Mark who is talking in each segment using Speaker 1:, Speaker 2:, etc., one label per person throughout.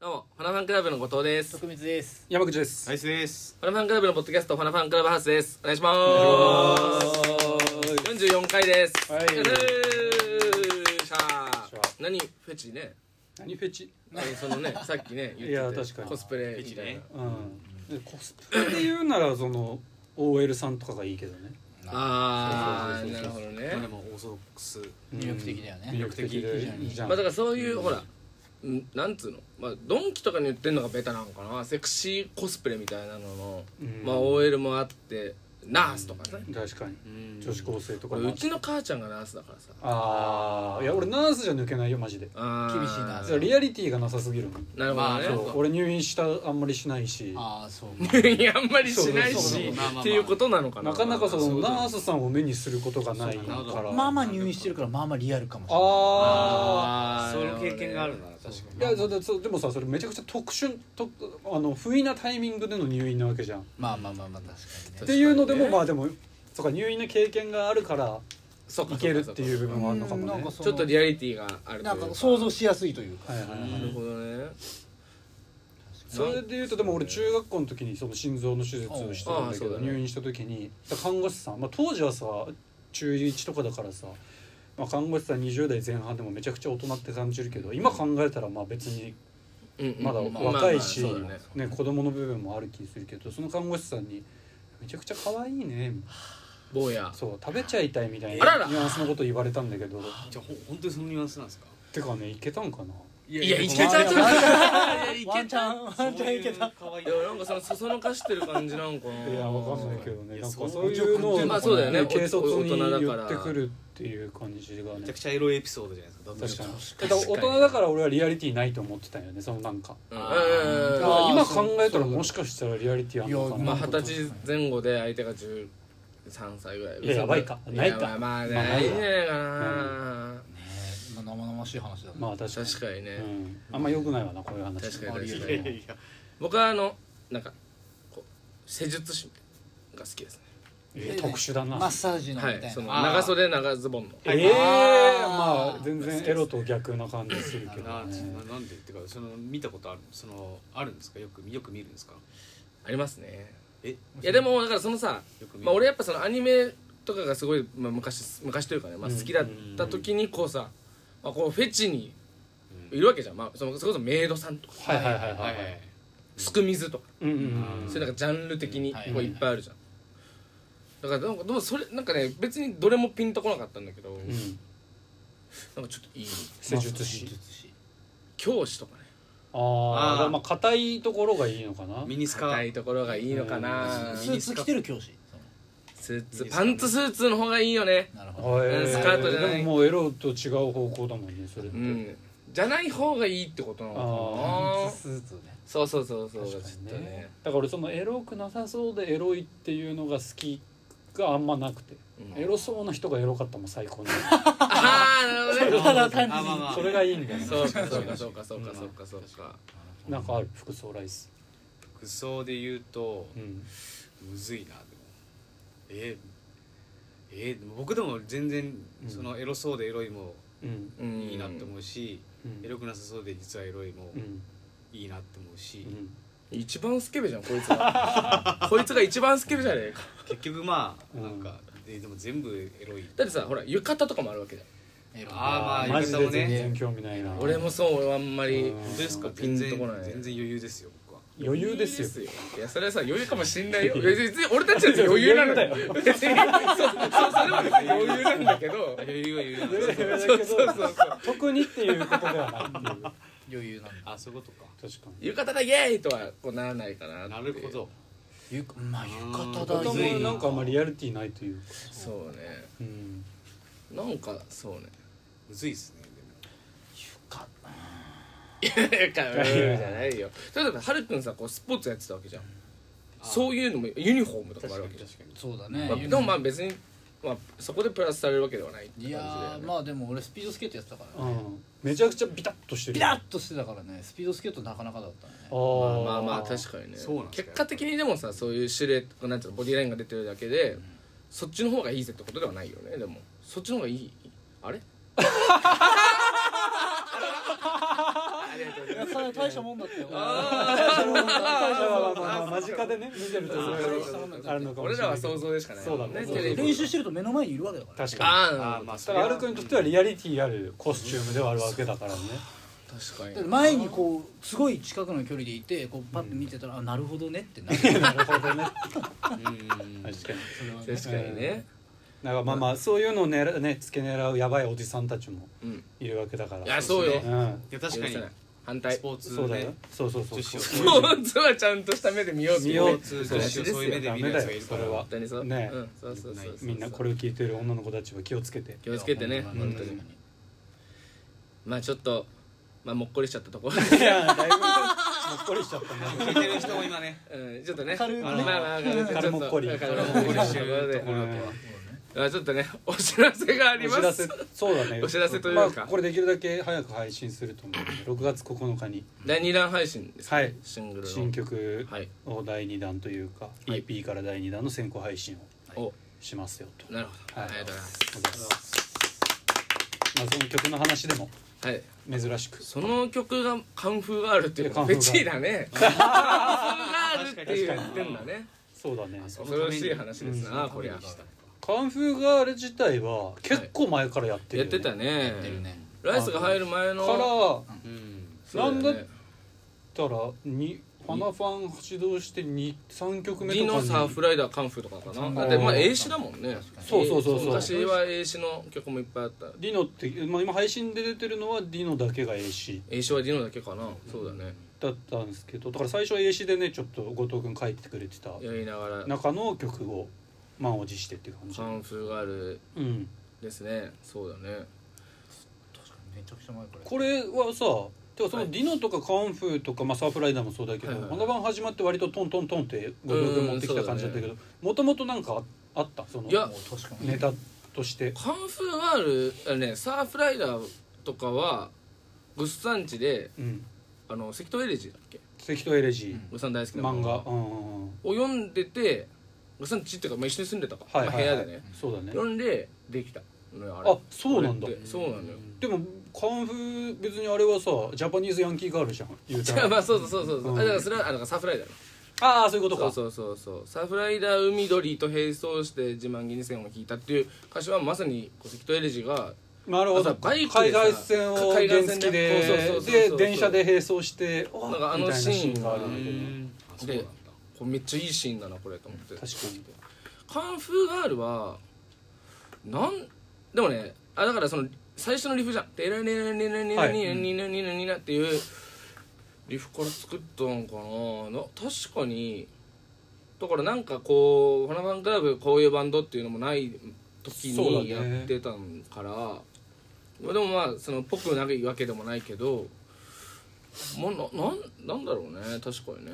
Speaker 1: どうも、ファナファンクラブの後藤です。
Speaker 2: 徳光です。
Speaker 3: 山口です、
Speaker 4: ナイスです。
Speaker 1: ファナファンクラブのポッドキャスト、ファナファンクラブハウスです。お願いします。四十四回です。
Speaker 2: はい
Speaker 1: よろしゃー何フェチね。
Speaker 3: 何フェチ
Speaker 1: そのね、さっきね、言ってて
Speaker 3: いや確かに
Speaker 1: コスプレみたい
Speaker 4: フェチ
Speaker 1: な
Speaker 4: ね。
Speaker 3: うんでコスプレで言うならその OL さんとかがいいけどね
Speaker 1: ああ、
Speaker 3: そうそ
Speaker 1: な
Speaker 3: う
Speaker 1: る
Speaker 3: そう
Speaker 1: ほ
Speaker 3: そ
Speaker 1: ど
Speaker 4: まあで
Speaker 1: ね。
Speaker 4: もオーソドックス。
Speaker 2: 魅力的だよね
Speaker 3: 魅力的でじゃん、
Speaker 1: まあだからそういうほら、んなんつうの、まあドンキとかに売ってんのがベタなのかな、セクシーコスプレみたいなのの、
Speaker 3: うん
Speaker 1: まあ OL もあって、ナースとかね。
Speaker 3: 確かに女子高生とか
Speaker 1: これ
Speaker 3: も
Speaker 1: うちの母ちゃんがナースだからさ。
Speaker 3: ああいや俺ナースじゃ抜けないよマジで
Speaker 1: あー
Speaker 2: 厳しいな
Speaker 3: だからリアリティがなさすぎるの
Speaker 1: なるほどね、
Speaker 2: まあ
Speaker 3: そう俺入院したあんまりしないし
Speaker 2: ああ、そう。
Speaker 1: いやあんまりしない
Speaker 3: そうそう
Speaker 1: し
Speaker 3: そう
Speaker 2: まあまあまあ
Speaker 1: っていうことなのかな
Speaker 3: なかなかそ
Speaker 4: そ
Speaker 3: の
Speaker 4: うだね
Speaker 3: ナースさんを目にすることがないか
Speaker 4: そうだ
Speaker 3: ら
Speaker 4: ね
Speaker 2: まあまあ入院してるから、まあまあリアルかもしれない。
Speaker 3: ああ
Speaker 1: あー
Speaker 4: その経験があるな、確か
Speaker 3: いやそうだそうでもさそれめちゃくちゃ特殊とあの不意なタイミングでの入院なわけじゃん
Speaker 2: まあまあまあまあ、確か
Speaker 3: っ
Speaker 2: に
Speaker 3: て
Speaker 2: ね。
Speaker 3: いうの
Speaker 1: 確か
Speaker 3: でも、
Speaker 1: にね
Speaker 3: まあでもそうか入院の経験があるから
Speaker 1: そうか
Speaker 3: いけるっていう
Speaker 1: そ
Speaker 3: 部分もあるのかも
Speaker 2: なん
Speaker 3: ね
Speaker 2: か
Speaker 1: うかちょっとリアリティがあるという
Speaker 2: なんか想像しやすいというか。
Speaker 3: はいはいはい
Speaker 1: なるほどね
Speaker 3: それでいうとでも俺中学校の時にその心臓の手術をしてた
Speaker 1: あ
Speaker 3: んだけ
Speaker 1: あそう
Speaker 3: ど
Speaker 1: だね
Speaker 3: 入院した時に看護師さん、まあ、当時はさ中1とかだからさ、まあ、看護師さん20代前半でもめちゃくちゃ大人って感じるけど今考えたらまあ別に
Speaker 1: うんうん
Speaker 3: まだ
Speaker 1: まあまあ
Speaker 3: 若いし、
Speaker 1: そうだね
Speaker 3: ね、子供の部分もある気するけどその看護師さんに「めちゃくちゃ可愛いね」
Speaker 1: 坊や
Speaker 3: そう食べちゃいたいみたい
Speaker 1: あらら
Speaker 3: なニュアンスのこと言われたんだけど
Speaker 4: に。じゃあ、ほ本当にそのニュアンスなんですか。
Speaker 3: てかねいけたんかない
Speaker 1: いや いけ
Speaker 2: ちゃう
Speaker 1: た
Speaker 2: ち
Speaker 1: ちょ
Speaker 2: ょっ
Speaker 1: っ
Speaker 2: と
Speaker 1: と
Speaker 2: ワンチャン、ワンチャンいけた。
Speaker 4: 可愛い
Speaker 1: い。やなんかそのそそのかしてる感じなんかない
Speaker 3: やわかんないけど
Speaker 4: い
Speaker 3: ね
Speaker 4: や
Speaker 3: なん
Speaker 4: そう
Speaker 3: かそういうのを
Speaker 1: まあそうだよね
Speaker 3: 軽率に
Speaker 1: お大人だ
Speaker 3: 言
Speaker 1: から
Speaker 3: ってくるっていう感じが
Speaker 4: め
Speaker 3: ね
Speaker 4: ちゃくちゃエロいエピソードじゃないですか。だと
Speaker 3: 確
Speaker 4: し
Speaker 3: か
Speaker 4: たら
Speaker 3: に
Speaker 1: 確か
Speaker 3: だ
Speaker 1: に
Speaker 3: から大人だから俺はリアリティないと思ってたよねそのなんか
Speaker 1: うん
Speaker 3: だ
Speaker 1: うん
Speaker 3: か
Speaker 1: うん
Speaker 3: ら
Speaker 2: あー
Speaker 3: 今
Speaker 2: そう
Speaker 3: 考えたら
Speaker 2: そうだ
Speaker 3: もしかしたらリアリティあるのか
Speaker 2: い
Speaker 3: な
Speaker 1: まあ
Speaker 2: や
Speaker 1: 二十歳前後で相手が13歳ぐらい
Speaker 3: いややばいかないか
Speaker 1: やまあまあ
Speaker 3: まあな
Speaker 1: ない
Speaker 3: い
Speaker 1: ん
Speaker 3: わ
Speaker 1: じゃないかな
Speaker 2: ねえ生々しい話だね。
Speaker 3: まあ確かに
Speaker 1: 確かにね
Speaker 3: うんあんま良くないわなこういう話
Speaker 1: 確かに
Speaker 4: い
Speaker 1: 確
Speaker 4: や
Speaker 1: か
Speaker 4: い
Speaker 1: に
Speaker 4: やいや。
Speaker 1: 僕はあのなんかこう施術師が好きですね
Speaker 3: いや特殊だな
Speaker 2: マッサージのみ
Speaker 1: は
Speaker 2: たい
Speaker 1: い
Speaker 2: な。
Speaker 1: その
Speaker 4: あー
Speaker 1: 長袖長ズボンの
Speaker 3: ええ
Speaker 2: あー
Speaker 3: まあ全然エロと逆な感じするけど
Speaker 4: な
Speaker 3: ね
Speaker 4: ななんでってかその見たことあるそのあるんですかよくよく見るんですか
Speaker 1: ありますね
Speaker 4: え
Speaker 1: いやでもだからそのさ
Speaker 4: よく見る
Speaker 1: まあ俺やっぱそのアニメとかがすごい、まあ、昔昔というかね、まあ、
Speaker 3: うん
Speaker 1: 好きだった時にこうさ、まあ、こうフェチにいるわけじゃん、まあ、そのそれこそメイドさんとか
Speaker 3: はいはいはいは
Speaker 4: はい
Speaker 3: い
Speaker 4: は
Speaker 3: はいい
Speaker 1: すく水とか、
Speaker 3: うんうんうん
Speaker 1: そういうなんかジャンル的に
Speaker 2: うん
Speaker 1: こ
Speaker 2: はいう
Speaker 1: いっぱいあるじゃん、だからなんかでもそれなんかね別にどれもピンとこなかったんだけど、
Speaker 3: う
Speaker 1: なんか
Speaker 3: ん
Speaker 1: ちょっといい
Speaker 3: 施術師
Speaker 1: 教師とかね
Speaker 3: ああ
Speaker 4: あー
Speaker 3: だからまあ硬いところがいいのかな
Speaker 4: ミニスカ
Speaker 1: 硬いところがいいのかな、
Speaker 3: うん
Speaker 2: スーツ着てる教師。
Speaker 1: スーツ
Speaker 4: いいです
Speaker 1: パ
Speaker 4: かね
Speaker 1: ンツスーツの方がいいよね
Speaker 2: なるほど。
Speaker 3: はい
Speaker 1: スカートじゃない
Speaker 3: でももうエロと違う方向だもんねそれっ
Speaker 1: う
Speaker 3: て、
Speaker 1: んじゃない方がいいってことなのか
Speaker 3: あ
Speaker 1: な
Speaker 2: スーツね。
Speaker 1: そうそうそうそう
Speaker 3: 確か
Speaker 1: ちょっ
Speaker 3: に
Speaker 1: と
Speaker 3: ね
Speaker 1: ね
Speaker 3: だから俺そのエロくなさそうでエロいっていうのが好きがあんまなくて、
Speaker 1: うん
Speaker 3: エロそうな人がエロかったもん最高に
Speaker 1: ああなるほどね
Speaker 2: ただ単に
Speaker 4: あまあまあ
Speaker 3: それがいいんだよね
Speaker 1: そうかそうかそうかそうかそうかそうか
Speaker 3: なんかある服装ライス
Speaker 4: 服装で言うと
Speaker 3: うん
Speaker 4: むずいなでもえー、えーでも僕でも全然
Speaker 3: うん
Speaker 4: そのエロそうでエロいも
Speaker 3: うん
Speaker 1: うん
Speaker 4: いいなって思うし、
Speaker 3: うん
Speaker 4: エロくなさそうで実はエロいも
Speaker 3: うん
Speaker 4: いいなって思うし、
Speaker 3: うん
Speaker 1: 一番スケベじゃんこいつがこいつが一番スケベじゃねえか
Speaker 4: 結局まあ
Speaker 3: うん
Speaker 4: なんか、ででも全部エロい
Speaker 1: だってさほら浴衣とかもあるわけじゃ
Speaker 2: エロ
Speaker 4: あーまあ
Speaker 3: マジで
Speaker 4: 浴衣もね
Speaker 3: 全然興味ないなん
Speaker 1: 俺もそう俺はあんまり
Speaker 3: うん
Speaker 4: 本当ですか
Speaker 1: ピン
Speaker 4: 全
Speaker 1: と
Speaker 4: 然
Speaker 1: こない
Speaker 4: 全然余裕ですよ僕は
Speaker 3: 余裕ですよ
Speaker 1: 余裕いやそれはさ余裕かもしんないよ別に俺たちは余裕なのよ別にそうそうそれは別に余裕なんだけど
Speaker 4: 余裕は余裕なんですよ
Speaker 3: そうそうそう 特にっていうことではないっていう
Speaker 2: 余裕なんだ。
Speaker 4: あそういうことか
Speaker 3: 確かに
Speaker 1: 浴衣だイエーイとはこうならないかなって
Speaker 4: なるほど
Speaker 2: ゆくまあ浴
Speaker 4: あ
Speaker 2: 衣
Speaker 4: むず
Speaker 2: だ
Speaker 4: い
Speaker 3: も
Speaker 4: な
Speaker 3: なんかあんまリアリティないというか
Speaker 1: そうね
Speaker 3: うん
Speaker 1: なんかそうね
Speaker 4: むずいですね
Speaker 2: か
Speaker 1: いやうんじゃないよ例えばはるくんさこうスポーツやってたわけじゃんそういうのもユニフォームと
Speaker 4: で
Speaker 1: か
Speaker 4: も
Speaker 1: もあるわ
Speaker 4: 確
Speaker 1: け
Speaker 4: か
Speaker 1: じゃん
Speaker 4: に確かに
Speaker 2: そうだね
Speaker 1: まあ、でもまあ別に、まあ、そこでプラスされるわけではないって感
Speaker 2: い
Speaker 1: じだ
Speaker 2: や
Speaker 1: よ
Speaker 2: ー
Speaker 1: ね
Speaker 2: まあでも俺スピードスケートやってたからね
Speaker 3: うんめちゃくちゃビタッとしてる
Speaker 2: ピラッとしてたからねスピードスケートなかなかだったね
Speaker 3: あー
Speaker 1: まあまあ確かにね
Speaker 4: そうなんですか
Speaker 1: 結果的にでもさそういうシルエットなんていうのボディラインが出てるだけで、そっちの方がいいぜってことではないよねでもそっちの方がいいあれありがとう当に
Speaker 2: いやそれ大したもんだってよ
Speaker 3: あーまあまあまあ間近でね見てると
Speaker 1: あ
Speaker 3: そ
Speaker 1: ー
Speaker 3: れ
Speaker 1: そう
Speaker 3: は
Speaker 1: そうそう
Speaker 3: あるのかも
Speaker 1: 俺
Speaker 3: しれ
Speaker 1: ら
Speaker 3: ない
Speaker 1: は
Speaker 3: けど
Speaker 1: 想像でしかない
Speaker 3: そうだね
Speaker 1: ね
Speaker 3: そう
Speaker 1: テレビ
Speaker 2: 練習してると目の前にいるわけだから
Speaker 3: 確かに
Speaker 1: ああなる
Speaker 4: あ
Speaker 1: ほ
Speaker 4: ー
Speaker 1: ど
Speaker 4: まあそ
Speaker 3: だ
Speaker 4: れ
Speaker 3: からアル君にとってはリアリティあるコスチュームではあるわけだからね
Speaker 1: 確か
Speaker 2: だって
Speaker 1: に
Speaker 2: 前にこうすごい近くの距離でいてこうパッと見てたら、あなるほどねってなる
Speaker 3: なるほどね
Speaker 4: うん
Speaker 3: 確かに
Speaker 2: それはね
Speaker 1: 確かにね
Speaker 3: だからまあまあそういうのをねらね付け狙うやばいおじさんたちも
Speaker 1: うん
Speaker 3: いるわけだから
Speaker 1: いやそうよ
Speaker 3: う
Speaker 4: そ
Speaker 3: ん
Speaker 4: いや確か
Speaker 1: 許
Speaker 4: に
Speaker 1: せない反対
Speaker 4: スポーツ
Speaker 3: そうだよ
Speaker 4: ね
Speaker 3: そうそうそう
Speaker 4: 女子を
Speaker 1: スポーツはちゃんとした目で見ようって
Speaker 3: 見
Speaker 1: い
Speaker 3: よ
Speaker 1: う
Speaker 3: う
Speaker 1: ね
Speaker 3: っ
Speaker 4: スポーツ女子をそういう目で見るやつがいるから
Speaker 3: ダメだよそれは
Speaker 1: 本当にそう
Speaker 3: ね
Speaker 1: うんそうそうそうそう
Speaker 3: みんなこれを聞いてる女の子たちは気をつけて
Speaker 1: 気をつけてね
Speaker 2: まあ
Speaker 1: 本当
Speaker 2: 確
Speaker 1: に
Speaker 2: かに
Speaker 1: まあちょっとまあもっこりしちゃったところで
Speaker 3: いやだいぶもっこりしちゃった ね
Speaker 4: 聞いてる人も今ね
Speaker 1: うんちょっとね
Speaker 2: 軽くね
Speaker 1: まあまあまあ軽く
Speaker 3: 軽もっこり
Speaker 1: ちょっと軽もっこりしてるところで
Speaker 3: うん
Speaker 1: あちょっとねお知らせがあり
Speaker 3: お
Speaker 1: ま
Speaker 3: 知ら
Speaker 1: す
Speaker 3: せそうだね
Speaker 1: お知らせというか
Speaker 3: まあこれできるだけ早く配信すると思うんで6月9日に
Speaker 1: 第2弾配信ですね
Speaker 3: はい
Speaker 1: シングルの
Speaker 3: 新曲
Speaker 1: はい
Speaker 3: を第2弾というか
Speaker 1: はい
Speaker 3: EP から第2弾の先行配信を
Speaker 1: お
Speaker 3: しますよと、
Speaker 1: なるほどあ
Speaker 3: はい
Speaker 1: りがとうございます
Speaker 3: まあ、その曲の話でも
Speaker 1: はい
Speaker 3: 珍しく
Speaker 1: その曲がカンフーガールっていうの
Speaker 3: い
Speaker 1: は
Speaker 3: や
Speaker 1: フ
Speaker 3: カン
Speaker 1: ェ
Speaker 3: フーガール
Speaker 1: チーだねカンフーガールって言ってんだね
Speaker 3: そうだね
Speaker 4: そう
Speaker 1: 恐ろしい話です
Speaker 3: うん
Speaker 1: なこりゃ
Speaker 3: カンフーガール自体は結構前からやってる
Speaker 1: や
Speaker 3: よ、
Speaker 1: っ
Speaker 3: ね
Speaker 1: てたね
Speaker 2: 出るね
Speaker 1: ライスが入る前の
Speaker 3: から
Speaker 4: うん
Speaker 1: そうよね
Speaker 3: なんだたらに花ファン発動して3曲目と
Speaker 1: ディ
Speaker 3: かに
Speaker 1: ノサーフライダーカンフーとかかなだってまあ英詞だもんね
Speaker 3: そうそうそうそう
Speaker 1: 昔は英詞の曲もいっぱいあった
Speaker 3: ディノって、まあ、今配信で出てるのはディノだけが AC
Speaker 1: 英詞はディノだけかなそうだね
Speaker 3: だったんですけどだから最初は AC でねちょっと後藤君書いてくれてた
Speaker 1: やりながら
Speaker 3: 中の曲を満を持してっていう感じ
Speaker 1: カンフーガール
Speaker 3: うん
Speaker 1: ですねそうだね
Speaker 2: 確かにめちゃくちゃ前から
Speaker 3: これはさてかそ
Speaker 1: は
Speaker 3: の
Speaker 1: い
Speaker 3: ディノとかカンフーとか、まあ、サーフライダーもそうだけど、
Speaker 1: はいはい
Speaker 3: この番始まって割とトントントンって後藤君持ってきた感じだったけどもともとなんかああったその
Speaker 1: いや
Speaker 2: もう確かに
Speaker 3: ネタとして
Speaker 1: カンフーガールあねサーフライダーとかはグッサンチで
Speaker 3: うん
Speaker 1: あの関東エレジーだっけ
Speaker 3: 関東エレジ
Speaker 1: グッサン大好き
Speaker 3: ー
Speaker 1: な
Speaker 3: 漫画うんうんうん
Speaker 1: を読んでてグッサンチっていうか、まあ、一緒に住んでたか、
Speaker 3: はいは
Speaker 1: まあ、
Speaker 3: い、はい
Speaker 1: 部屋でね
Speaker 3: そうだね
Speaker 1: 読んでできたのよあれ
Speaker 3: あそうなんだ
Speaker 1: あれってそうなのよ
Speaker 3: でもカンフー別にあれはさジャパニーズヤンキーガールじゃん言 うたら
Speaker 1: まあそうそうそうそうそううんあだからそれはあだからサーフライダー
Speaker 3: ああそういうこ
Speaker 1: そ
Speaker 3: とか
Speaker 1: うそうそうそうサーフライダー海鳥と並走して自慢げに線を引いたっていう歌詞はまさにこう関東エレジが
Speaker 3: なるほ
Speaker 1: あ
Speaker 3: ど
Speaker 1: とバイ
Speaker 3: 海
Speaker 1: クでさ
Speaker 3: 外線を
Speaker 1: 海
Speaker 3: 原
Speaker 1: 外線
Speaker 3: 付
Speaker 1: で
Speaker 3: き
Speaker 1: そ
Speaker 3: で
Speaker 1: うそうそうそう
Speaker 3: で電車で並走してお
Speaker 1: なんかあの
Speaker 3: みたいなシーンがある
Speaker 4: うん
Speaker 3: だけどね
Speaker 4: んあそうなん
Speaker 1: で
Speaker 4: だ
Speaker 1: これめっちゃいいシーンだなこれと思って
Speaker 3: 確かに
Speaker 1: カンフーガールはなんでもねあだからその最初のリフじゃん「テラネラネラネラニラニラニラニラ」っていうリフから作ったんかなな確かにだからなんかこう「花ファンクラブ」こういうバンドっていうのもない時
Speaker 3: そう
Speaker 1: に
Speaker 3: だね
Speaker 1: やってたんから、まあでもまあそのぽくないわけでもないけどまあななんなんだろうね確かにね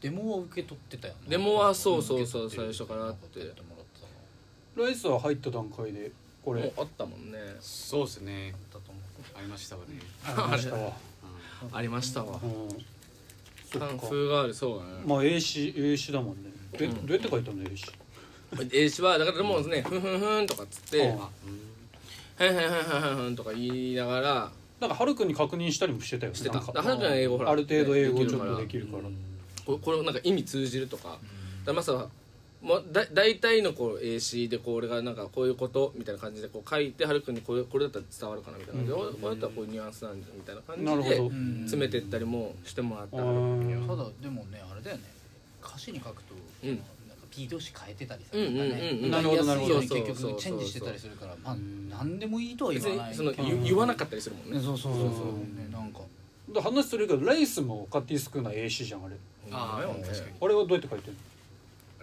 Speaker 2: デモは受け取ってたよね
Speaker 1: デモはそうそうそう
Speaker 2: 受け取ってる
Speaker 1: 最初からあって
Speaker 2: やってもらってたの
Speaker 3: ライスは入った段階でこ
Speaker 1: も
Speaker 3: れ
Speaker 1: うあったもんね
Speaker 4: そうですね
Speaker 2: だと思う
Speaker 4: ありましたわね
Speaker 3: ありましたわ
Speaker 4: う
Speaker 1: ありましたわ
Speaker 3: うんそ
Speaker 1: カン
Speaker 3: っ
Speaker 1: フ
Speaker 3: か
Speaker 1: ーガールそうだね
Speaker 3: まあ英詞英詞だもんねでど
Speaker 1: うん
Speaker 3: うやって書いたの英詞
Speaker 1: 英詞はだからもうね「ふんふんふん」とかっつって
Speaker 3: うん
Speaker 1: 「
Speaker 4: ん
Speaker 1: ふんふんふんふんふん」とか言いながら
Speaker 3: なんかハルくんに確認したりもしてたよね
Speaker 1: してた
Speaker 3: なんか
Speaker 1: だからハルくんは英語ほら
Speaker 3: ある程度英語ちょっと
Speaker 1: で
Speaker 3: で
Speaker 1: き
Speaker 3: きるから
Speaker 1: ここれなんか意味通じるとかだからまさまあだ大体のこう英詞でこう俺がなんかこういうことみたいな感じでこう書いてはるくんにこれこれだったら伝わるかなみたいな感じで、おこれだったらこういうニュアンスなんじゃみたいな
Speaker 3: な
Speaker 1: 感
Speaker 3: る
Speaker 1: じ
Speaker 3: ほ
Speaker 1: で
Speaker 3: ど
Speaker 2: うん
Speaker 1: 詰めてったりもしてもらった
Speaker 3: う
Speaker 1: うん
Speaker 3: ん
Speaker 2: ただでもねあれだよね歌詞に書くと、
Speaker 1: うん
Speaker 2: なんか P 同士変えてたりさ、
Speaker 1: うんうんうんうんな
Speaker 2: なかね
Speaker 3: るほどなるほど
Speaker 2: やりやすいように結
Speaker 1: そうそうそうそう
Speaker 2: 局チェンジしてたりするからまあ何でもいいとは
Speaker 1: 別
Speaker 2: 言わな
Speaker 1: に
Speaker 2: い
Speaker 1: その
Speaker 2: けど
Speaker 1: 言言わなかったりするもん
Speaker 2: ね
Speaker 1: ね
Speaker 2: そうそうそうそううんねなんか
Speaker 3: で話するけどレイスもカティスクーナ英詞じゃんあれ
Speaker 4: ああ
Speaker 1: ほんまよね
Speaker 4: 確かに
Speaker 3: あれはどうやって書いてる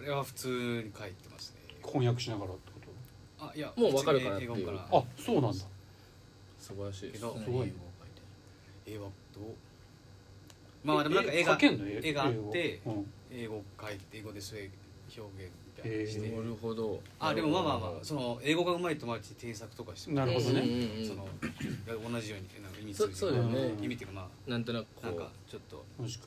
Speaker 4: あれは普通に書いてますね
Speaker 3: の翻訳しながらってこ
Speaker 4: あいや
Speaker 1: もう分かるからってい
Speaker 4: 英
Speaker 1: う
Speaker 4: 語から
Speaker 3: とあそうなんだ
Speaker 1: 素晴らしい
Speaker 4: けど
Speaker 2: 普通
Speaker 3: す
Speaker 2: に
Speaker 3: ごい
Speaker 2: 英語を書いて
Speaker 4: 英語どうまあでもなんか映
Speaker 3: 書
Speaker 4: 画
Speaker 3: けんの
Speaker 4: 絵があって
Speaker 3: 英語うん
Speaker 4: 英語書いて英語でそれ表現みたい
Speaker 3: え
Speaker 4: な
Speaker 3: ー
Speaker 1: なるほど
Speaker 4: あでもまあまあまあその英語がうまい友達に添削とかしても
Speaker 3: なるほどね
Speaker 1: うんうんうん
Speaker 4: その同じようになんか意味
Speaker 1: そ
Speaker 4: 通じ
Speaker 1: そうだよね、
Speaker 3: うん
Speaker 4: 意味っていうかま
Speaker 1: なんとなく
Speaker 4: あなん
Speaker 1: こ
Speaker 4: かちょっと
Speaker 3: 確か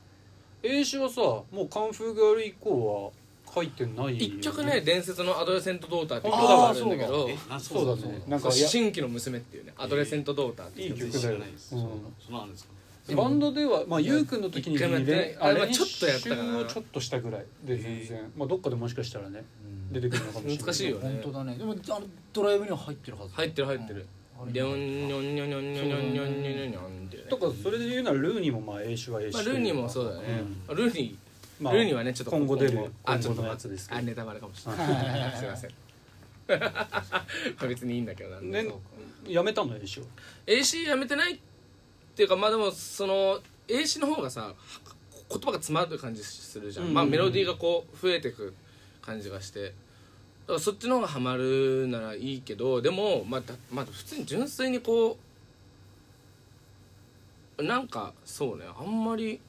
Speaker 3: 英詞はさもうカンフーガール以降は書いてな
Speaker 1: う
Speaker 3: いよ
Speaker 1: 一曲ね伝説の「アドレセント・ドーター」っていう曲
Speaker 3: 本当だ
Speaker 1: があるんだけど
Speaker 4: えなん
Speaker 3: そうだねなん
Speaker 1: そ
Speaker 3: か
Speaker 1: う
Speaker 3: いや
Speaker 1: 新規の娘っていうね「アドレセント・ドーター」って
Speaker 3: い
Speaker 1: い
Speaker 3: いう
Speaker 1: 曲
Speaker 3: 曲
Speaker 4: 知
Speaker 3: だ
Speaker 4: ら
Speaker 3: よ
Speaker 4: ないです
Speaker 3: うん
Speaker 4: そうなんですか
Speaker 1: でも
Speaker 3: バンドではまあゆうくんの時に
Speaker 1: 一回もやってない
Speaker 3: 練あ
Speaker 1: あまあ
Speaker 3: 練
Speaker 1: ち
Speaker 3: 習
Speaker 1: ょっとやったかな
Speaker 3: をちょっとしたぐらいで全然、まあどっかでもしかしたらね出てくるのかもしれない
Speaker 1: 難しいよ
Speaker 2: 本当だねでもあのドライブには入ってるはず
Speaker 1: 入ってる入ってる
Speaker 2: うん
Speaker 1: ニョンニョンニョンニョンニョンニョンニョンニョンニョンっていうね
Speaker 3: とかそれで言うならルーニーもまあ英種は英
Speaker 1: まあ
Speaker 3: 種
Speaker 1: ルーニーもそうだねルーニ
Speaker 3: うんま
Speaker 1: ー
Speaker 3: あ
Speaker 1: ルーニーはねちょっと
Speaker 3: 今後出る
Speaker 1: あ
Speaker 3: 今
Speaker 1: ちょ
Speaker 3: 後
Speaker 1: っと
Speaker 3: の
Speaker 1: 待
Speaker 3: や
Speaker 1: っ
Speaker 3: つ
Speaker 1: て
Speaker 3: ですけ
Speaker 1: あ
Speaker 3: ど
Speaker 1: ネタバレかもしれないすいません別にいいんだけどな
Speaker 3: ねやめたの英種は
Speaker 1: AC やめてないっていうかまあでもその AC の方がさ言葉が詰まる感じするじゃん、
Speaker 3: うん
Speaker 1: まあメロディーがこう増えてく感じがしてだからそっちの方がハマるならいいけどでもまあだ、まあ、普通に純粋にこうなんかそうねあんまり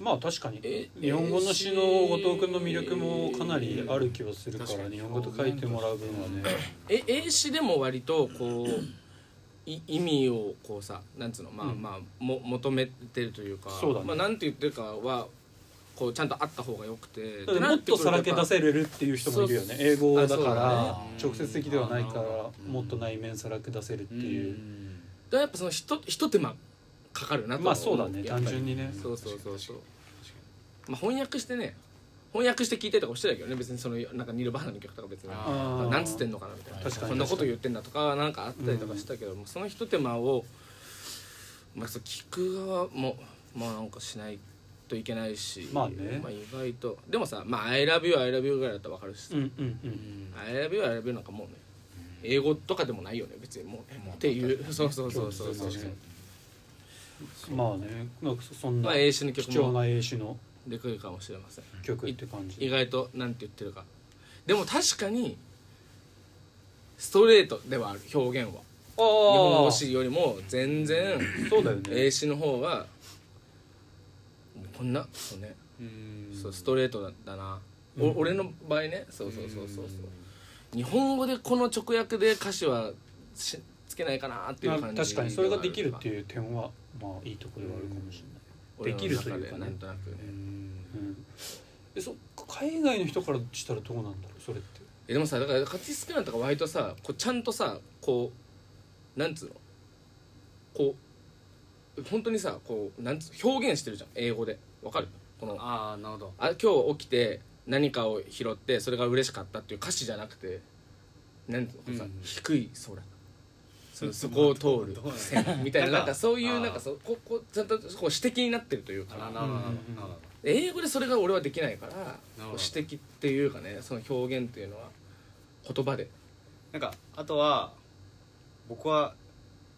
Speaker 3: まあ確かに
Speaker 1: え
Speaker 3: 日本語の詩の後藤君の魅力もかなりある気をするか
Speaker 4: 確からに
Speaker 3: 日本語と書いてもらう分はね
Speaker 1: え英詞でも割とこうい意味をこうさなんつうのまあ
Speaker 3: うん
Speaker 1: まあも求めてるというか
Speaker 3: そうだね
Speaker 1: まあ、なんて言ってるかはこうちゃんとあった方がよくて
Speaker 3: だってもっとさらけ出せれるっていう人もいるよね英語だか
Speaker 1: そうそう
Speaker 3: ら
Speaker 1: あ
Speaker 4: そう
Speaker 3: 直
Speaker 4: だね
Speaker 3: 接的ではないから
Speaker 4: うん
Speaker 3: もっと内面さらけ出せるっていう
Speaker 1: だからやっぱそのひとひと手間かかるなと
Speaker 3: ま
Speaker 1: は
Speaker 3: あ
Speaker 1: 思
Speaker 3: そうだね
Speaker 1: やっぱり
Speaker 3: 単純にね
Speaker 1: そうそうそうそうまあ翻訳してね翻訳して聞いたりとかもしてたけどね別にそのなんかニルバーナの曲とか別に
Speaker 4: あ
Speaker 3: あー
Speaker 1: なんつってんのかなみたいな
Speaker 3: 確かに
Speaker 1: こんなこと言ってんだとかなんかあったりとかしたけど、もうそのひと手間を、まあ、そう聞く側もまあなんかしないといけないし
Speaker 3: まあね
Speaker 1: まあ、意外とでもさ「まあ、I love you I love you」ぐらいだったら分かるしさ
Speaker 3: うんうんう
Speaker 1: 「
Speaker 3: ん
Speaker 1: I love you I love you」なんかもうね英語とかでもないよね別にもうねっていう そうそうそうそうそう
Speaker 3: 確かにまあねなんかそそん
Speaker 1: ま
Speaker 3: な
Speaker 1: あ英詞の
Speaker 3: 貴
Speaker 1: 曲
Speaker 3: 重
Speaker 1: も
Speaker 3: な英詞の
Speaker 1: でくるかもしれません
Speaker 3: 曲って感じ
Speaker 1: 意外となんて言ってるかでも確かにストレートではある表現は
Speaker 3: あ
Speaker 1: 日本語
Speaker 3: あ
Speaker 1: 詞よりも全然
Speaker 3: そうだよね
Speaker 1: 英詞の方がこんなそうね、そうストレートだだな、お
Speaker 3: うん
Speaker 1: 俺の場合ねそうそうそうそうそう日本語でこの直訳で歌詞はしつけないかなってい
Speaker 3: まあ
Speaker 1: う感じ
Speaker 3: 確かにそれができるって
Speaker 1: う
Speaker 3: いう点はまあいいところではあるかもし
Speaker 1: 俺の中
Speaker 3: できるというかね
Speaker 1: なんとなくね
Speaker 3: れない、うんえそ海外の人からしたらどうなんだろうそれって
Speaker 1: えでもさだからカティスクランとか割とさこうちゃんとさこうなんつうのこう本当にさこうなんつう表現してるじゃん英語でわかるこの
Speaker 4: ああなるほど
Speaker 1: あ今日起きて何かを拾ってそれが嬉しかったっていう歌詞じゃなくてなんつうのこうさ、
Speaker 4: うん
Speaker 1: 低い空そそこを通る線みたいななんかそういう
Speaker 4: あー
Speaker 1: なんかそうここちゃんとこう指摘になってるという
Speaker 4: あな
Speaker 1: か
Speaker 4: るほどなるほど
Speaker 1: 英語でそれが俺はできないから
Speaker 4: ど
Speaker 1: こう指摘っていうかねその表現っていうのは言葉で
Speaker 4: なんかあとは僕は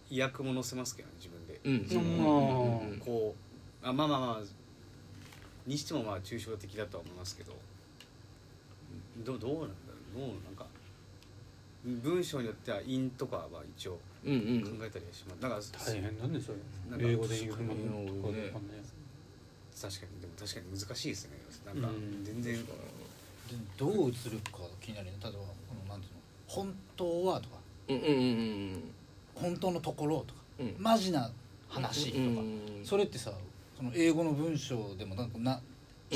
Speaker 4: 意訳も載せますけどね自分で
Speaker 1: うん
Speaker 3: うん
Speaker 1: うんうん
Speaker 4: こうあまあまあまあにしてもまあ抽象的だとは思いますけどどどうなんだろうどうなんか文章によっては「in」とかは一応
Speaker 1: うんう
Speaker 4: 考
Speaker 1: ん
Speaker 4: えたりはしますだから
Speaker 3: 大変なんでそれ
Speaker 4: なんか
Speaker 3: 英語で言うふうにとか
Speaker 1: ね
Speaker 3: とかね
Speaker 4: 確かにでも確かに難しいですねなんか
Speaker 3: うん
Speaker 4: 全然
Speaker 2: でどう映るか気になるよね例えばこのなんていうの本当はとか
Speaker 1: うんうんうん
Speaker 2: 本当のところとか
Speaker 1: うんうん
Speaker 2: マジな話とか、
Speaker 1: うん
Speaker 2: それってさその英語の文章でもなんかな
Speaker 1: うん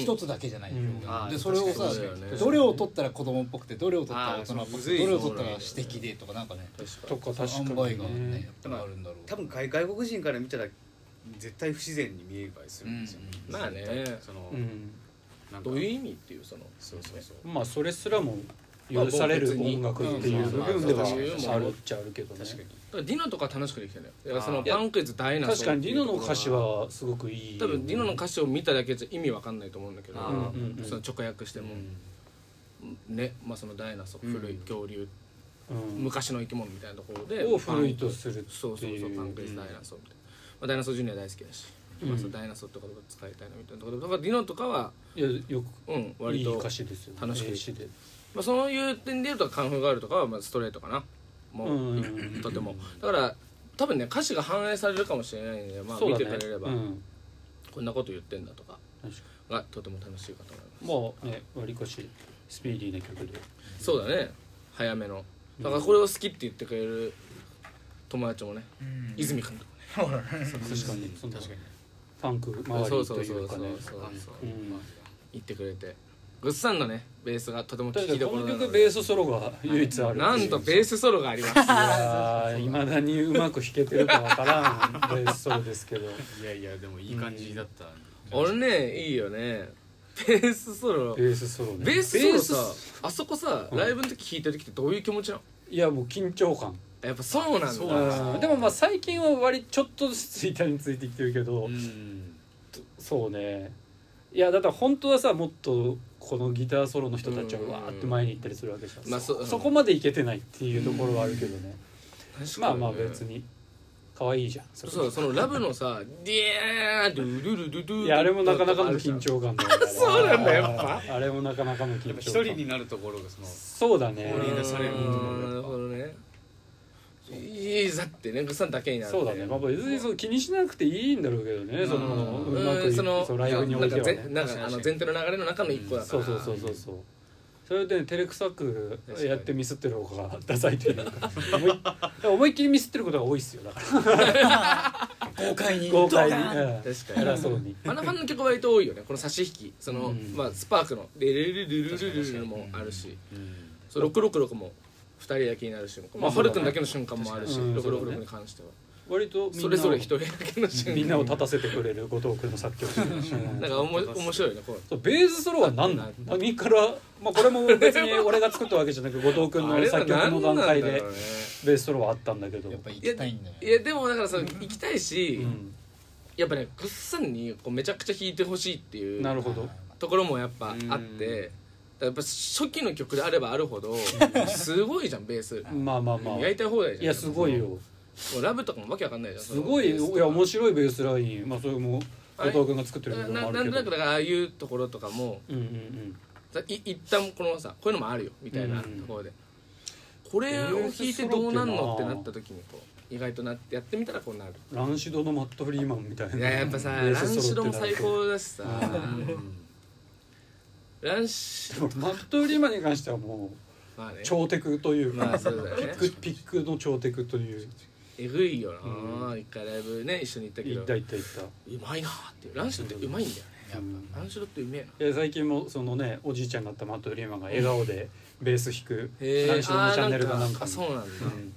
Speaker 2: 一つだけじゃない、
Speaker 3: うん
Speaker 2: 表現
Speaker 4: あー
Speaker 2: でそれをさ
Speaker 1: 確かにそうだよね
Speaker 2: どれを取ったら子供っぽくてどれを取ったら大人っ
Speaker 4: あ
Speaker 2: ぽ
Speaker 4: ー
Speaker 2: く
Speaker 4: そうむずい
Speaker 2: てどれを取ったら
Speaker 4: そう
Speaker 2: 指摘で
Speaker 4: なんだよね
Speaker 2: とかなんかね
Speaker 1: 確か
Speaker 3: とか確
Speaker 2: 塩
Speaker 3: か
Speaker 2: 梅
Speaker 3: に
Speaker 2: がねやっぱりあるんだろう
Speaker 4: 多分外外国人から見たら絶対不自然に見える場合するんですよね
Speaker 1: うんまあね
Speaker 4: その
Speaker 3: うん
Speaker 4: なんか
Speaker 1: どういう意味っていうその
Speaker 4: そうそうそう
Speaker 3: まあそれすらも許される音楽っていう部分ではあるっちゃあるけどね
Speaker 4: 確かに
Speaker 1: だからディノとか楽しくできたねいや
Speaker 4: あー
Speaker 1: そのパンクイズダイナソー
Speaker 3: 確かにディノの歌詞はすごくいい
Speaker 1: 多分ディノの歌詞を見ただけじゃ意味わかんないと思うんだけど
Speaker 4: あ
Speaker 3: ーうんうんうん
Speaker 1: その直訳してもねまあそのダイナソー古い恐竜
Speaker 3: うん
Speaker 1: 昔の生き物みたいなところで
Speaker 3: を古いとするっていう
Speaker 1: そうそうそうパンクイズダイナソーみたいな、まあ、ダイナソージュニア大好きだし、まあ、そのダイナソーって言葉使いたいなみたいなところでだからディノとかはい
Speaker 3: やよく
Speaker 1: うん
Speaker 3: い
Speaker 1: 割と
Speaker 3: い歌詞ですよね
Speaker 1: 楽しく
Speaker 3: 英詞で
Speaker 1: まあ、そういう点で言うとカンフーガールとかはまあストレートかなもう、
Speaker 3: うん
Speaker 1: とてもだから多分ね歌詞が反映されるかもしれないんで、まあ、見てくれれば、
Speaker 3: うん
Speaker 1: こんなこと言ってんだとか
Speaker 3: 確か
Speaker 1: がとても楽しいかと思います
Speaker 3: にもうねわりかしスピーディーな曲で
Speaker 1: そうだね早めのだからこれを好きって言ってくれる友達もね、
Speaker 2: うん
Speaker 1: 泉君とか
Speaker 3: 確かにその
Speaker 4: 確かに
Speaker 3: パンク周りというかね
Speaker 1: そうそうそうそうそう
Speaker 3: うん
Speaker 1: 言ってくれてグッサンのねベースがとても
Speaker 3: とに
Speaker 1: 聴き
Speaker 3: かく
Speaker 1: ど
Speaker 3: こ
Speaker 1: ころ
Speaker 3: の
Speaker 1: なの
Speaker 3: 曲
Speaker 1: で
Speaker 3: ベースソロが唯一ある
Speaker 1: なんとベース
Speaker 3: ス
Speaker 1: ソロがあります
Speaker 3: いまだにうまく弾けてるかわからんベースソロですけど
Speaker 4: いやいやでもいい感じだったんじゃない
Speaker 1: 俺ねいいよねベースソロ
Speaker 3: ベースソロね
Speaker 1: ベースソロさ
Speaker 3: ベース
Speaker 1: あそこさ
Speaker 3: うん
Speaker 1: ライブの時聴いた時ってどういう気持ちなの
Speaker 3: いやもう緊張感
Speaker 1: やっぱそうなん
Speaker 4: そうな
Speaker 1: だ
Speaker 4: んだ
Speaker 3: うんでもまあ最近は割とちょっとずつツイッターについてきてるけど、
Speaker 4: うん
Speaker 3: そうねいやだから本当はさもっとこのギターソロの人たちは
Speaker 1: うん
Speaker 3: わーって前に行ったりするわけじゃん、
Speaker 1: まあ
Speaker 3: そ
Speaker 1: そう
Speaker 3: そこまでいけてないっていうところはあるけどね、
Speaker 1: 確
Speaker 3: ま
Speaker 1: か
Speaker 3: あ
Speaker 1: にね
Speaker 3: まあ別に可愛いじゃんそれ
Speaker 1: そうそのラブのさ「ディーンドゥルルルドゥ」
Speaker 3: いやあれもなかなかの緊張感だよ ね
Speaker 1: そうなんだやっぱ
Speaker 3: あれもなかなかの緊
Speaker 4: やっぱ一
Speaker 3: 張
Speaker 4: 人
Speaker 3: 感
Speaker 4: になるところがその
Speaker 3: そうだね
Speaker 4: 放り出される
Speaker 1: う
Speaker 4: こ
Speaker 1: ー
Speaker 4: と
Speaker 1: んなるほどねいいだってねグッサンだけになる
Speaker 3: そうだね、まあ、別にそう気にしなくていいんだろうけどね、
Speaker 4: うん
Speaker 3: その
Speaker 1: う
Speaker 3: うまく
Speaker 1: ん
Speaker 3: い
Speaker 1: その
Speaker 3: そうライブにお
Speaker 1: ないん
Speaker 3: て
Speaker 1: か
Speaker 3: は
Speaker 1: ぜ
Speaker 3: ね
Speaker 1: なんかあの前提の流れの中の一個だか
Speaker 3: そう
Speaker 1: ら
Speaker 3: そうそうそうそうそれでね照れくさくやってミスってる方がダサいというか思い思いっきりミスってることが多いっすよだから
Speaker 2: 豪快に
Speaker 3: 豪快に
Speaker 2: ドカーン
Speaker 3: うん
Speaker 1: 確かに
Speaker 3: 偉そうに
Speaker 1: ファナファンの曲割と多いよねこの差し引きその、
Speaker 3: うん
Speaker 1: まあ、スパークの「レレレレレレレレ」もあるし「そう666」も2人だけになるし、ま
Speaker 3: ま
Speaker 1: あ、
Speaker 3: あ
Speaker 1: ホ
Speaker 3: そう
Speaker 1: ル
Speaker 3: だね
Speaker 1: トンだけの瞬間もあるし、
Speaker 3: うん
Speaker 1: 666に関しては
Speaker 3: 割とみんなを
Speaker 1: それぞれ1人だけの瞬間
Speaker 3: みんなを立たせてくれる後藤君の 作曲うん
Speaker 1: なんかおも面白いよねこう
Speaker 3: そうベースソロは何なの何から、まあ、これも別 に俺が作ったわけじゃなく後藤君
Speaker 1: あれ
Speaker 3: の
Speaker 1: は
Speaker 3: 作曲の段階
Speaker 1: 何なんだ
Speaker 3: で
Speaker 1: ろうね
Speaker 3: ベースソロはあったんだけど
Speaker 2: やっぱ行きたいんだよ
Speaker 1: いやでもだからさ行きたいし、
Speaker 3: うん
Speaker 1: やっぱねグッサンにこうめちゃくちゃ弾いてほしいっていう
Speaker 3: なるほど
Speaker 1: ところもやっぱあって
Speaker 4: うん
Speaker 1: だからやっぱ初期の曲であればあるほどすごいじゃんベース
Speaker 3: まあまあまあ
Speaker 1: やり
Speaker 3: い
Speaker 1: たい放題じゃん
Speaker 3: やすごいよ
Speaker 1: もうラブとかもわけわかんないじゃん
Speaker 3: すごいいや面白いベースラインまあそれも後藤君が作ってる部分も
Speaker 1: な
Speaker 3: あ
Speaker 1: なん
Speaker 3: る
Speaker 1: とな
Speaker 3: け
Speaker 1: くだ
Speaker 3: ど
Speaker 1: からああいうところとかも
Speaker 3: うんうんうん
Speaker 1: さい一旦このさこういうのもあるよみたいな
Speaker 3: う
Speaker 1: と
Speaker 3: ん
Speaker 1: ころで、これを弾いてどうなんのってなった時にこう意外となってやってみたらこうなる
Speaker 3: ランシドのマット・フリーマンみたいない
Speaker 1: ややっぱ さランシドも最高だしさランシ
Speaker 3: でもマット・フリーマンに関してはもう
Speaker 1: まあね
Speaker 3: 超テクというか、
Speaker 1: まあそうだよ
Speaker 3: ピ
Speaker 1: ね
Speaker 3: ックピックの超テクという
Speaker 1: えぐいよな、一回ライブね一緒に行ったけ
Speaker 3: い
Speaker 1: ど
Speaker 3: ったいったいった
Speaker 1: うまいなっていうランシドってうまいんだよね
Speaker 2: やっ
Speaker 1: ランシドってうめえない
Speaker 3: や最近もそのねおじいちゃんになったマット・フリーマンが笑顔でベース弾く
Speaker 1: へえ
Speaker 3: ランシドのチャンネルがなんか
Speaker 1: あそうなんだ、
Speaker 3: うん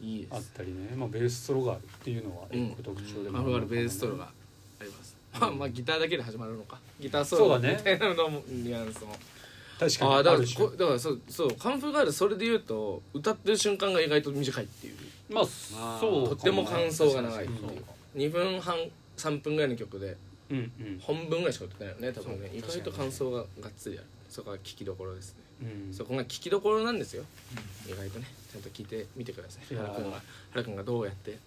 Speaker 1: いいで
Speaker 3: あっ
Speaker 1: す
Speaker 3: たりね、まあ、ベースソロがあるっていうのは一個特徴でも
Speaker 1: あ
Speaker 3: ある
Speaker 1: るあ
Speaker 3: のかな
Speaker 1: るベースソロがあります、まあまあギターだけで始まるのかギターソ
Speaker 3: そ
Speaker 1: ロ
Speaker 3: うだね
Speaker 1: みたいなのもニュアンスも
Speaker 3: 確かに
Speaker 1: あ
Speaker 3: あ
Speaker 1: あだか
Speaker 3: る
Speaker 1: ら
Speaker 3: し
Speaker 1: こだからそうそうカンフーガールそれで言うと歌ってる瞬間が意外と短いっていう
Speaker 3: まあ
Speaker 4: まあ
Speaker 3: そう
Speaker 1: とっても感想が長いっていう
Speaker 3: そうかも
Speaker 1: 2分半3分ぐらいの曲で
Speaker 3: うんうん
Speaker 1: 本分ぐらいしか歌ってないよね多分ね
Speaker 4: そう
Speaker 1: 意外と感想ががっつりあるそこが聞きどころですね
Speaker 3: うん
Speaker 1: そこが聞きどころなんですよ、意外とねちゃんと聞いてみてください
Speaker 3: いやー
Speaker 1: 原くんが原くんがどうやって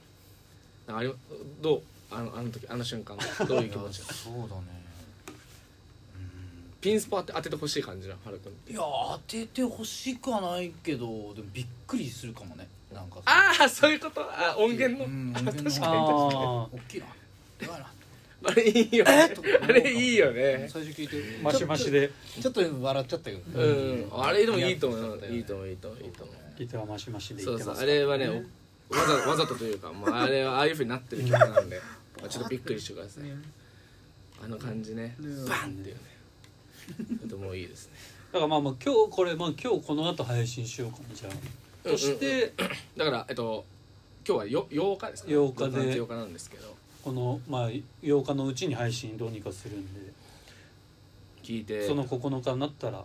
Speaker 1: なんかあれどうあのあの時あの瞬 間どういう気
Speaker 2: ぱ
Speaker 1: 持
Speaker 2: いや
Speaker 1: ち
Speaker 2: そうだね
Speaker 1: ピンスポ当て当ててほしい感じな原くん
Speaker 2: いや当ててほしくはないけどでもびっくりするかもねなんか
Speaker 1: ああそういうことあ音源の、
Speaker 2: うん音源
Speaker 1: 確
Speaker 2: の
Speaker 1: か
Speaker 2: 確か
Speaker 1: に
Speaker 2: に
Speaker 3: あ
Speaker 2: 大きいなでかいな
Speaker 1: あれいいよね
Speaker 2: と思うかも
Speaker 1: あれいいよね
Speaker 2: 最初聞いて
Speaker 3: ーマシマシで
Speaker 2: ちょっと笑っちゃったけど
Speaker 1: うんあれでもいいと思
Speaker 2: や
Speaker 1: う
Speaker 2: っちゃったよね
Speaker 1: いいと思ういいと思ういいと思う
Speaker 3: ギターはマシマシで
Speaker 1: そ
Speaker 3: 言っ
Speaker 1: う
Speaker 3: て
Speaker 1: そう
Speaker 3: ます
Speaker 1: あれはねおわざわざとというかもうあれはああいうふうになってる曲なんでまあちょっとびっくりしてくださいあの感じねバンっていうねとてもいいですね
Speaker 3: だからまあまあ今日これまあ今日この後配信しようかなじゃあ
Speaker 1: うんうん
Speaker 3: そして
Speaker 1: だからえっと今日はよ8日ですか
Speaker 3: 8日で
Speaker 1: 6月8日なんですけど
Speaker 3: このまあ8日のうちに配信どうにかするん
Speaker 1: 聞い
Speaker 3: で
Speaker 1: て
Speaker 3: その9日になったら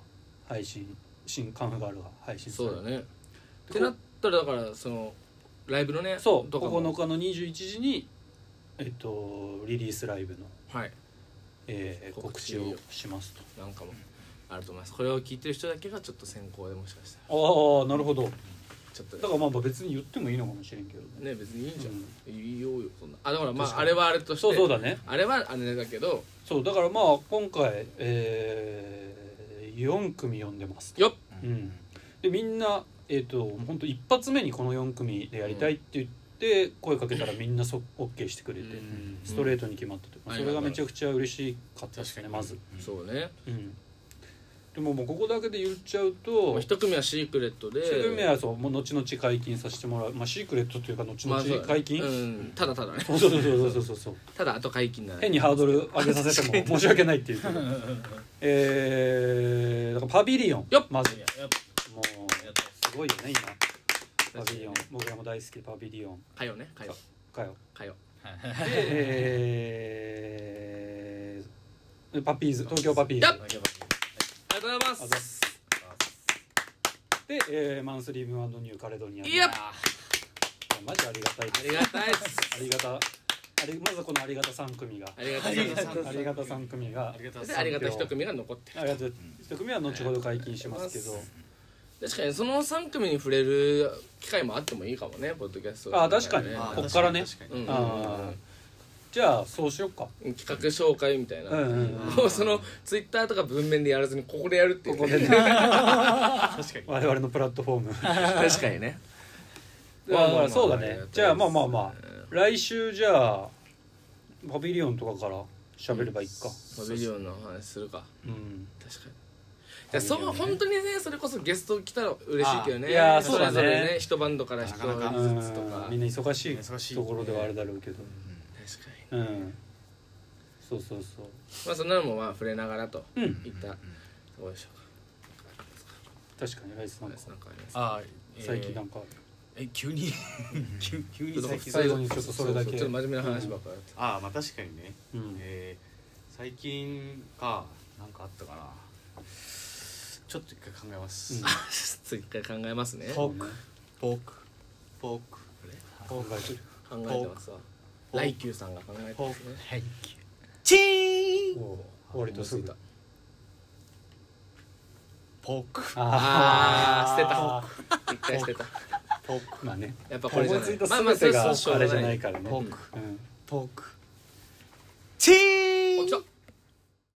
Speaker 3: 配信新カンフガールが配信す
Speaker 1: そ
Speaker 3: る
Speaker 1: うだねってなったらだからそのライブのね
Speaker 3: そう
Speaker 1: とかも
Speaker 3: 9日の21時にえっとリリースライブの
Speaker 1: はい
Speaker 3: えー
Speaker 1: 告
Speaker 3: 告
Speaker 1: 知
Speaker 3: 知
Speaker 1: を
Speaker 3: をしますと
Speaker 1: なんかもあると思いますこれを聞いてる人だけがちょっと先行でもしかしたら
Speaker 3: ああなるほど
Speaker 1: ちょっと
Speaker 3: だからまあまあ別に言ってもいいのかもしれんけどね
Speaker 1: ね別にいいじゃん、
Speaker 3: うん
Speaker 1: いいよよそんなあだからま
Speaker 3: 確
Speaker 1: あ
Speaker 3: か
Speaker 1: あ
Speaker 3: に
Speaker 1: れはあれとして
Speaker 3: そうそうだね
Speaker 1: あれはあれだけど
Speaker 3: そうだからまあ今回、え4組読んでます
Speaker 1: よっ
Speaker 3: うん、でみんな、えー、と本当一発目にこの4組でやりたいって言って声かけたらみんなそ OK してくれて、
Speaker 4: うん
Speaker 3: ストレートに決まったというか、
Speaker 1: うん
Speaker 3: それがめちゃくちゃ嬉しかったです
Speaker 4: 確
Speaker 3: ね
Speaker 4: かに
Speaker 3: まず、
Speaker 1: そうね
Speaker 3: うん、でももうここだけで言っちゃうと
Speaker 1: まあ一組はシークレットで
Speaker 3: セルメはそうもう後々解禁させてもらうまあシークレットというか後
Speaker 1: まあそうだ
Speaker 3: 々
Speaker 1: ね
Speaker 3: 解禁、
Speaker 1: うんただただね
Speaker 3: そうそうそうそうそうそうそう
Speaker 1: ただあと解禁だね
Speaker 3: 変にハードル上げさせても申し訳ないっていうけどえー、だからパビリオン
Speaker 1: よっ
Speaker 3: まず
Speaker 2: いや
Speaker 3: もう
Speaker 2: やっぱ
Speaker 3: すごいよね今パビリオン僕らも大好きパビリオン
Speaker 1: かよねかよ
Speaker 3: かよ
Speaker 1: かよ
Speaker 3: で、えー、パピーズ東京パピーズ
Speaker 1: やっありがとうござい
Speaker 3: あ
Speaker 1: ま
Speaker 3: ざっ
Speaker 1: す
Speaker 3: すで、えーマンスリームニューカレドニア
Speaker 1: いや
Speaker 3: マジありがたいで
Speaker 1: あ
Speaker 3: す
Speaker 1: りがたいっす
Speaker 3: ありがたありまずこのありがた三組が
Speaker 1: ありがたいです
Speaker 3: ありがた三組が
Speaker 4: ありがとうご
Speaker 1: で
Speaker 4: ざ
Speaker 1: あ
Speaker 4: い
Speaker 1: り
Speaker 4: ま
Speaker 1: がたい一組が残ってる
Speaker 3: ありがた一組は後ほど解禁しますけど
Speaker 1: 確かにその3組に触れる機会もあってもいいかもねポッドキャスト
Speaker 3: あ確かに
Speaker 1: ね
Speaker 4: す
Speaker 3: こっからね
Speaker 4: 確かに
Speaker 1: うん
Speaker 3: あじゃあそうしよっか
Speaker 1: 企画紹介みたいな、
Speaker 3: うんうんうん
Speaker 1: もうそのツイッターとか文面でやらずにここでやるっていう、
Speaker 3: こ
Speaker 1: ね、
Speaker 3: こでね
Speaker 4: 確かに
Speaker 3: 我々のプラットフォーム
Speaker 1: 確かにね
Speaker 3: まあまあそうだねじゃあまあまあまあ来週じゃあパビリオンとかから喋ればいいか
Speaker 1: パビリオンの話するか
Speaker 3: うん
Speaker 1: 確かにいやそう本当にねそれこそゲスト来たら嬉しいけどね
Speaker 3: あいやー
Speaker 1: れぞれ
Speaker 3: そうだね
Speaker 1: 一バンドから一人
Speaker 4: なかなか
Speaker 1: ずつと
Speaker 3: う
Speaker 1: か
Speaker 3: んみんな忙し
Speaker 4: 忙し
Speaker 3: い
Speaker 4: い
Speaker 3: ところではあれだろうけど
Speaker 1: 確かに
Speaker 3: うんそうそうそう
Speaker 1: まあそんなのもまあ触れながらと
Speaker 3: う
Speaker 1: いっ
Speaker 3: ん
Speaker 1: たとこでしょ
Speaker 3: 確かにライス
Speaker 1: う
Speaker 3: なん
Speaker 1: か
Speaker 3: か
Speaker 1: なんかあります
Speaker 4: あーえー
Speaker 3: 最近なんか
Speaker 4: え急に急急に最近
Speaker 3: 最後にちょっとそれだけ
Speaker 1: ううちょっと真面目な話ばっかりやって
Speaker 4: ああまあ確かにね、
Speaker 3: うん
Speaker 4: えー最近かなんかあったかなちょっと一回考えます、
Speaker 3: うん
Speaker 1: ちょっと一回考えますね考
Speaker 3: そうね
Speaker 4: ポークポーク
Speaker 3: 考えてる
Speaker 1: えてますわ
Speaker 4: ーク
Speaker 1: ライキューさんが考えてますね
Speaker 2: はい
Speaker 4: チーン
Speaker 3: おう割とすぐだ
Speaker 4: ポーク
Speaker 1: あー
Speaker 3: あー
Speaker 1: 一回してた
Speaker 4: ポー ク
Speaker 3: まあね
Speaker 1: やっぱこ
Speaker 3: 思
Speaker 1: れじゃ
Speaker 3: い
Speaker 1: な
Speaker 3: つい
Speaker 1: い
Speaker 3: た
Speaker 1: まあまあ
Speaker 3: 全てが
Speaker 1: そうそうしょう
Speaker 3: あ
Speaker 1: が
Speaker 3: れじゃないからね
Speaker 1: ポー
Speaker 3: うん
Speaker 4: ポークチーン